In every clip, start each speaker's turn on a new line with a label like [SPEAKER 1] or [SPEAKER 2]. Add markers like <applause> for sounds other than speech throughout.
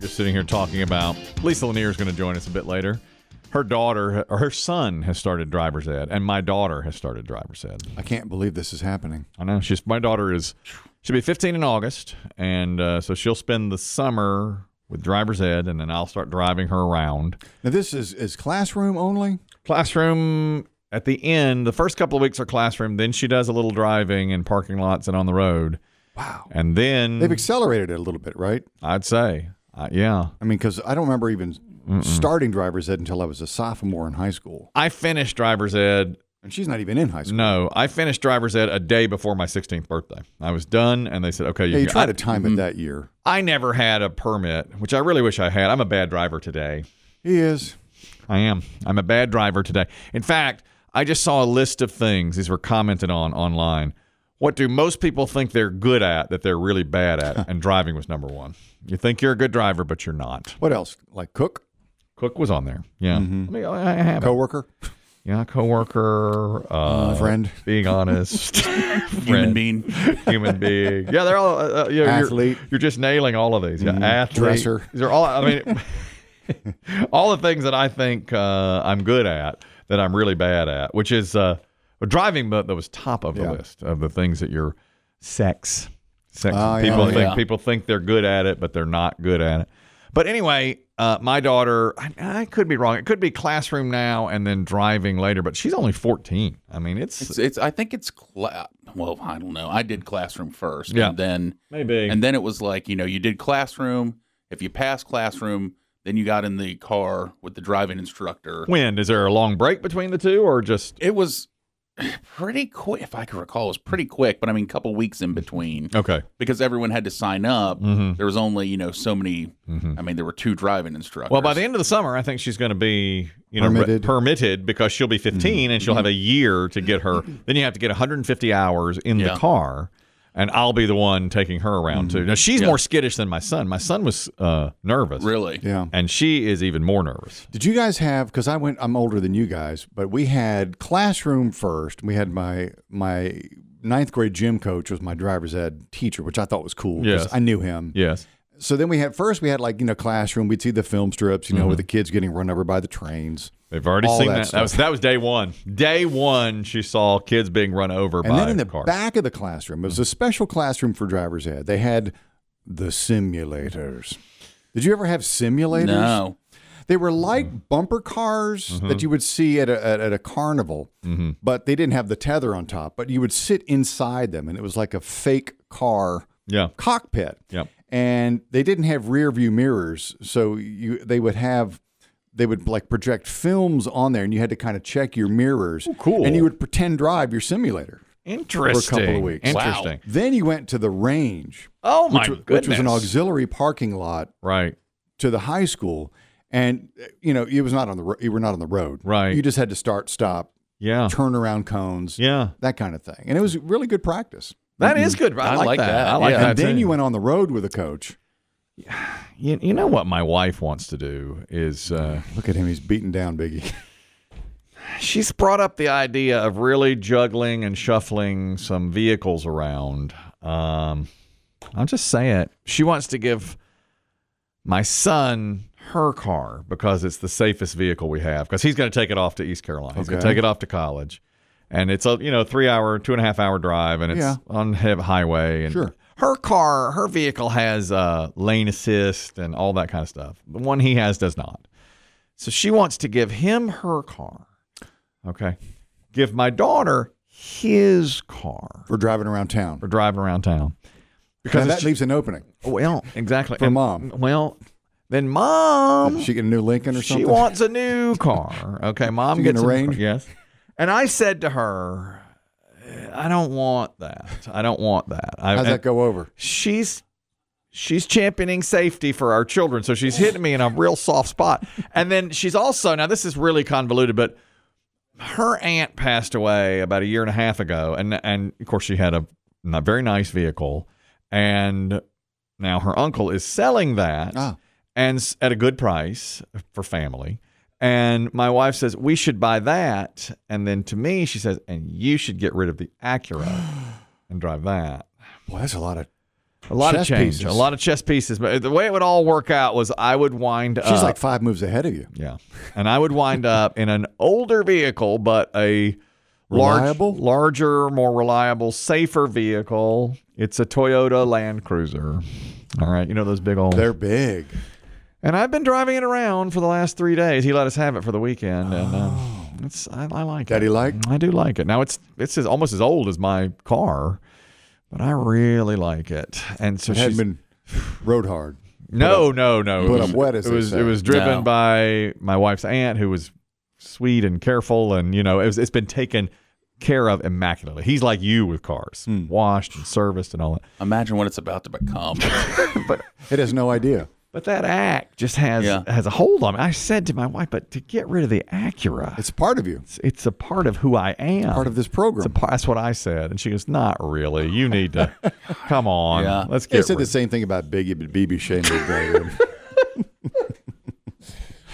[SPEAKER 1] just sitting here talking about. Lisa Lanier is going to join us a bit later. Her daughter, or her son, has started driver's ed, and my daughter has started driver's ed.
[SPEAKER 2] I can't believe this is happening.
[SPEAKER 1] I know she's my daughter is she'll be 15 in August, and uh, so she'll spend the summer with driver's ed, and then I'll start driving her around.
[SPEAKER 2] Now this is is classroom only.
[SPEAKER 1] Classroom at the end, the first couple of weeks are classroom. Then she does a little driving in parking lots and on the road,
[SPEAKER 2] Wow.
[SPEAKER 1] and then
[SPEAKER 2] They've accelerated it a little bit, right?
[SPEAKER 1] I'd say, uh, yeah,
[SPEAKER 2] I mean, because I don't remember even starting driver's ed until I was a sophomore in high school,
[SPEAKER 1] I finished driver's ed
[SPEAKER 2] and she's not even in high school.
[SPEAKER 1] No, I finished driver's ed a day before my 16th birthday. I was done, and they said, "Okay, you
[SPEAKER 2] Yeah, Mm-hmm. you
[SPEAKER 1] can-
[SPEAKER 2] try to time it that year.
[SPEAKER 1] I, I never had a permit, which I really wish I had. I'm a bad driver today.
[SPEAKER 2] He is.
[SPEAKER 1] I am. I'm a bad driver today. In fact, I just saw a list of things. These were commented on online. What do most people think they're good at that they're really bad
[SPEAKER 2] <laughs>
[SPEAKER 1] at? and driving was number one. You think you're a good driver, but you're not.
[SPEAKER 2] What else? Like cook,
[SPEAKER 1] Cook was on there. Yeah,
[SPEAKER 2] Mm-hmm.
[SPEAKER 1] I mean, I I have. it.
[SPEAKER 2] coworker,
[SPEAKER 1] yeah, coworker, uh,
[SPEAKER 2] friend,
[SPEAKER 1] being honest,
[SPEAKER 3] <laughs> Human
[SPEAKER 1] friend.
[SPEAKER 3] being.
[SPEAKER 1] human being. Yeah, they're all uh, uh, you're,
[SPEAKER 2] Athlete. Mm-hmm.
[SPEAKER 1] You're, you're just nailing all of these. Yeah, athlete.
[SPEAKER 2] Dresser.
[SPEAKER 1] These are all. I mean, <laughs> all the things that I think uh, I'm good at that I'm really bad at, which is uh, driving. But that was top of the
[SPEAKER 2] Yeah.
[SPEAKER 1] list of the things that you're sex. Sex.
[SPEAKER 2] Oh, yeah.
[SPEAKER 1] people
[SPEAKER 2] Oh,
[SPEAKER 1] think
[SPEAKER 3] yeah.
[SPEAKER 1] people think they're good at it, but they're not good at it. But anyway, uh, my daughter, I, I could be wrong. It could be classroom now and then driving later, but she's only 14. I mean,
[SPEAKER 3] It's, it's, I think it's, cla- well, I don't know. I did classroom first.
[SPEAKER 1] Yeah.
[SPEAKER 3] And then,
[SPEAKER 1] maybe.
[SPEAKER 3] and then it was like, you know, you did classroom. If you passed classroom, then you got in the car with the driving instructor.
[SPEAKER 1] when is there a long break between the two, or just
[SPEAKER 3] It was pretty quick. If I can recall, it was pretty quick, but I mean, a couple weeks in between
[SPEAKER 1] okay?
[SPEAKER 3] because everyone had to sign up.
[SPEAKER 1] Oh. Mm-hmm.
[SPEAKER 3] There was only, you know, so many. I mean, there were two driving instructors.
[SPEAKER 1] Well, by the end of the summer, I think she's going to be you know re-
[SPEAKER 2] Permitted.
[SPEAKER 1] permitted because she'll be
[SPEAKER 3] Mm-hmm.
[SPEAKER 1] 15 and she'll have a year to get her. then you have to get 150 hours in the
[SPEAKER 3] Yeah. Mm-hmm.
[SPEAKER 1] car, and I'll be the one taking her around too. Now she's
[SPEAKER 3] Yeah.
[SPEAKER 1] more skittish than my son. My son was uh, nervous,
[SPEAKER 3] really,
[SPEAKER 2] yeah.
[SPEAKER 1] and she is even more nervous.
[SPEAKER 2] Did you guys have? Because I went. I'm older than you guys, but we had classroom first. We had my my ninth grade gym coach was my driver's ed teacher, which I thought was cool because
[SPEAKER 1] Yes.
[SPEAKER 2] I knew him.
[SPEAKER 1] Yes,
[SPEAKER 2] So then we had first we had like you know classroom. We'd see the film strips, you know, with the kids getting run over by the trains.
[SPEAKER 1] they've already
[SPEAKER 2] All
[SPEAKER 1] seen
[SPEAKER 2] that
[SPEAKER 1] that. That was
[SPEAKER 2] stuff.
[SPEAKER 1] that was day one. Day one, she saw kids being run over
[SPEAKER 2] And
[SPEAKER 1] by
[SPEAKER 2] then in the
[SPEAKER 1] cars.
[SPEAKER 2] back of the classroom, it was a special classroom for driver's ed. They had the simulators. Did you ever have simulators?
[SPEAKER 3] no,
[SPEAKER 2] They were like bumper cars that you would see at a, at, at a carnival, but they didn't have the tether on top. But you would sit inside them, and it was like a fake car
[SPEAKER 1] yeah,
[SPEAKER 2] cockpit.
[SPEAKER 1] Yep.
[SPEAKER 2] And they didn't have rear view mirrors, so you they would have they would like project films on there, and you had to kind of check your mirrors.
[SPEAKER 1] cool.
[SPEAKER 2] And you would pretend drive your simulator.
[SPEAKER 1] interesting.
[SPEAKER 2] weeks.
[SPEAKER 3] Wow.
[SPEAKER 1] Interesting.
[SPEAKER 2] Then you went to the range,
[SPEAKER 1] Oh my
[SPEAKER 2] which, wa-
[SPEAKER 1] goodness!
[SPEAKER 2] which was an auxiliary parking lot
[SPEAKER 1] Right.
[SPEAKER 2] to the high school, and uh, you know it was not on the ro- you were not on the road.
[SPEAKER 1] Right.
[SPEAKER 2] You just had to start, stop,
[SPEAKER 1] Yeah.
[SPEAKER 2] turnaround cones,
[SPEAKER 1] Yeah.
[SPEAKER 2] that kind of thing, and it was really good practice.
[SPEAKER 1] That is good. I,
[SPEAKER 3] I
[SPEAKER 1] like
[SPEAKER 3] like
[SPEAKER 1] that.
[SPEAKER 3] that.
[SPEAKER 1] I like
[SPEAKER 3] Yeah.
[SPEAKER 1] that.
[SPEAKER 2] and then
[SPEAKER 1] too.
[SPEAKER 2] you went on the road with a coach.
[SPEAKER 1] You, you know what my wife wants to do is uh,
[SPEAKER 2] Look at him; he's beaten down, Biggie. <laughs>
[SPEAKER 1] she's brought up the idea of really juggling and shuffling some vehicles around. Um, I'll just say it. She wants to give my son her car because it's the safest vehicle we have because he's going to take it off to East Carolina. He's going to
[SPEAKER 2] Okay.
[SPEAKER 1] take it off to college. And it's a you know three hour, two and a half hour drive, and it's
[SPEAKER 2] Yeah.
[SPEAKER 1] on hev- highway. And
[SPEAKER 2] Sure.
[SPEAKER 1] her car, her vehicle has uh, lane assist and all that kind of stuff. The one he has does not. So she wants to give him her car. Okay. Give my daughter his car
[SPEAKER 2] for driving around town.
[SPEAKER 1] for driving around town.
[SPEAKER 2] Because
[SPEAKER 1] it's
[SPEAKER 2] that leaves an opening.
[SPEAKER 1] Well, exactly.
[SPEAKER 2] For mom.
[SPEAKER 1] Well, then mom,
[SPEAKER 2] She get a new Lincoln or
[SPEAKER 1] she
[SPEAKER 2] something.
[SPEAKER 1] wants a
[SPEAKER 2] <laughs>
[SPEAKER 1] new car. Okay. Mom
[SPEAKER 2] She
[SPEAKER 1] gets
[SPEAKER 2] can
[SPEAKER 1] a new
[SPEAKER 2] arrange?
[SPEAKER 1] car. Yes. And I said to her, I don't want that. I don't want that. I,
[SPEAKER 2] How's that go over?
[SPEAKER 1] she's she's championing safety for our children. So she's hitting me in a real soft spot. And then she's also now this is really convoluted, but her aunt passed away about a year and a half ago, and and of course she had a not very nice vehicle, and now her uncle is selling that
[SPEAKER 2] Ah.
[SPEAKER 1] and s- at a good price for family. And my wife says we should buy that, and then to me she says, and you should get rid of the Acura and drive that.
[SPEAKER 2] Well, that's a lot of
[SPEAKER 1] A lot of
[SPEAKER 2] Chess
[SPEAKER 1] change,
[SPEAKER 2] pieces.
[SPEAKER 1] a lot of chess pieces. But the way it would all work out was I would wind up.
[SPEAKER 2] She's like five moves ahead of you.
[SPEAKER 1] <laughs> Yeah. And I would wind up in an older vehicle, but a large,
[SPEAKER 2] Reliable?
[SPEAKER 1] larger, more reliable, safer vehicle. It's a Toyota Land Cruiser. All right. You know those big old.
[SPEAKER 2] They're big.
[SPEAKER 1] and I've been driving it around for the last three days. He let us have it for the weekend. And uh, it's, I, I like
[SPEAKER 2] Oh. Daddy
[SPEAKER 1] it.
[SPEAKER 2] like?
[SPEAKER 1] I do like it. Now it's it's as, almost as old as my car, but I really like it. And so
[SPEAKER 2] It had
[SPEAKER 1] she's
[SPEAKER 2] been rode hard.
[SPEAKER 1] no, no, no.
[SPEAKER 2] put
[SPEAKER 1] it was,
[SPEAKER 2] up wet, as
[SPEAKER 1] it
[SPEAKER 2] they
[SPEAKER 1] was,
[SPEAKER 2] say.
[SPEAKER 1] it was driven
[SPEAKER 3] No.
[SPEAKER 1] by my wife's aunt, who was sweet and careful, and you know, it was, it's been taken care of immaculately. He's like you with cars,
[SPEAKER 3] Hmm.
[SPEAKER 1] washed and serviced and all that.
[SPEAKER 3] Imagine what it's about to become.
[SPEAKER 2] It has no idea.
[SPEAKER 1] But that act just has
[SPEAKER 3] Yeah.
[SPEAKER 1] has a hold on me. I said to my wife, "But to get rid of the Acura, it's
[SPEAKER 2] It's part of you. It's
[SPEAKER 1] it's a part of who I am.
[SPEAKER 2] part of this program.
[SPEAKER 1] It's a part, that's what I said." And she goes, "Not really. You need to
[SPEAKER 2] <laughs>
[SPEAKER 1] come on.
[SPEAKER 3] Yeah.
[SPEAKER 1] Let's
[SPEAKER 2] they
[SPEAKER 1] get
[SPEAKER 2] said
[SPEAKER 1] rid
[SPEAKER 2] the same thing about Biggie, but BB Shane was <laughs> better.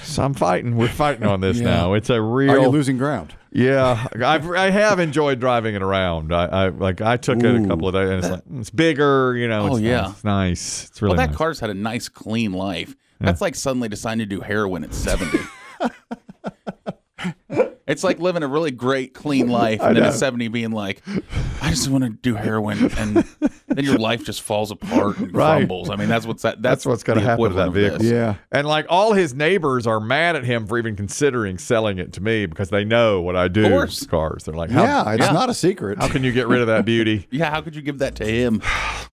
[SPEAKER 1] So I'm fighting. We're fighting on
[SPEAKER 2] <laughs>
[SPEAKER 1] this now. It's a real.
[SPEAKER 2] Are you losing ground?
[SPEAKER 1] Yeah, I've I have enjoyed driving it around. I, I like I took it a couple of days, and it's like mm, it's bigger, you know.
[SPEAKER 3] Oh,
[SPEAKER 1] it's
[SPEAKER 3] yeah.
[SPEAKER 1] nice, it's nice. It's really
[SPEAKER 3] well, that
[SPEAKER 1] nice.
[SPEAKER 3] car's had a nice, clean life. That's like suddenly deciding to do heroin at 70. <laughs> it's like living a really great, clean life and then at 70 being like, I just want to do heroin. And then your life just falls apart and
[SPEAKER 1] Right.
[SPEAKER 3] crumbles. I mean, that's what's that, that's,
[SPEAKER 1] That's what's gonna
[SPEAKER 3] the
[SPEAKER 1] happen to that
[SPEAKER 3] equivalent of
[SPEAKER 1] vehicle.
[SPEAKER 3] this.
[SPEAKER 2] Yeah.
[SPEAKER 1] and like all his neighbors are mad at him for even considering selling it to me because they know what I do
[SPEAKER 3] course.
[SPEAKER 1] with cars. They're like, how,
[SPEAKER 2] Yeah, it's
[SPEAKER 3] yeah.
[SPEAKER 2] not a secret.
[SPEAKER 1] how can you get rid of that beauty?
[SPEAKER 3] Yeah, how could you give that to him?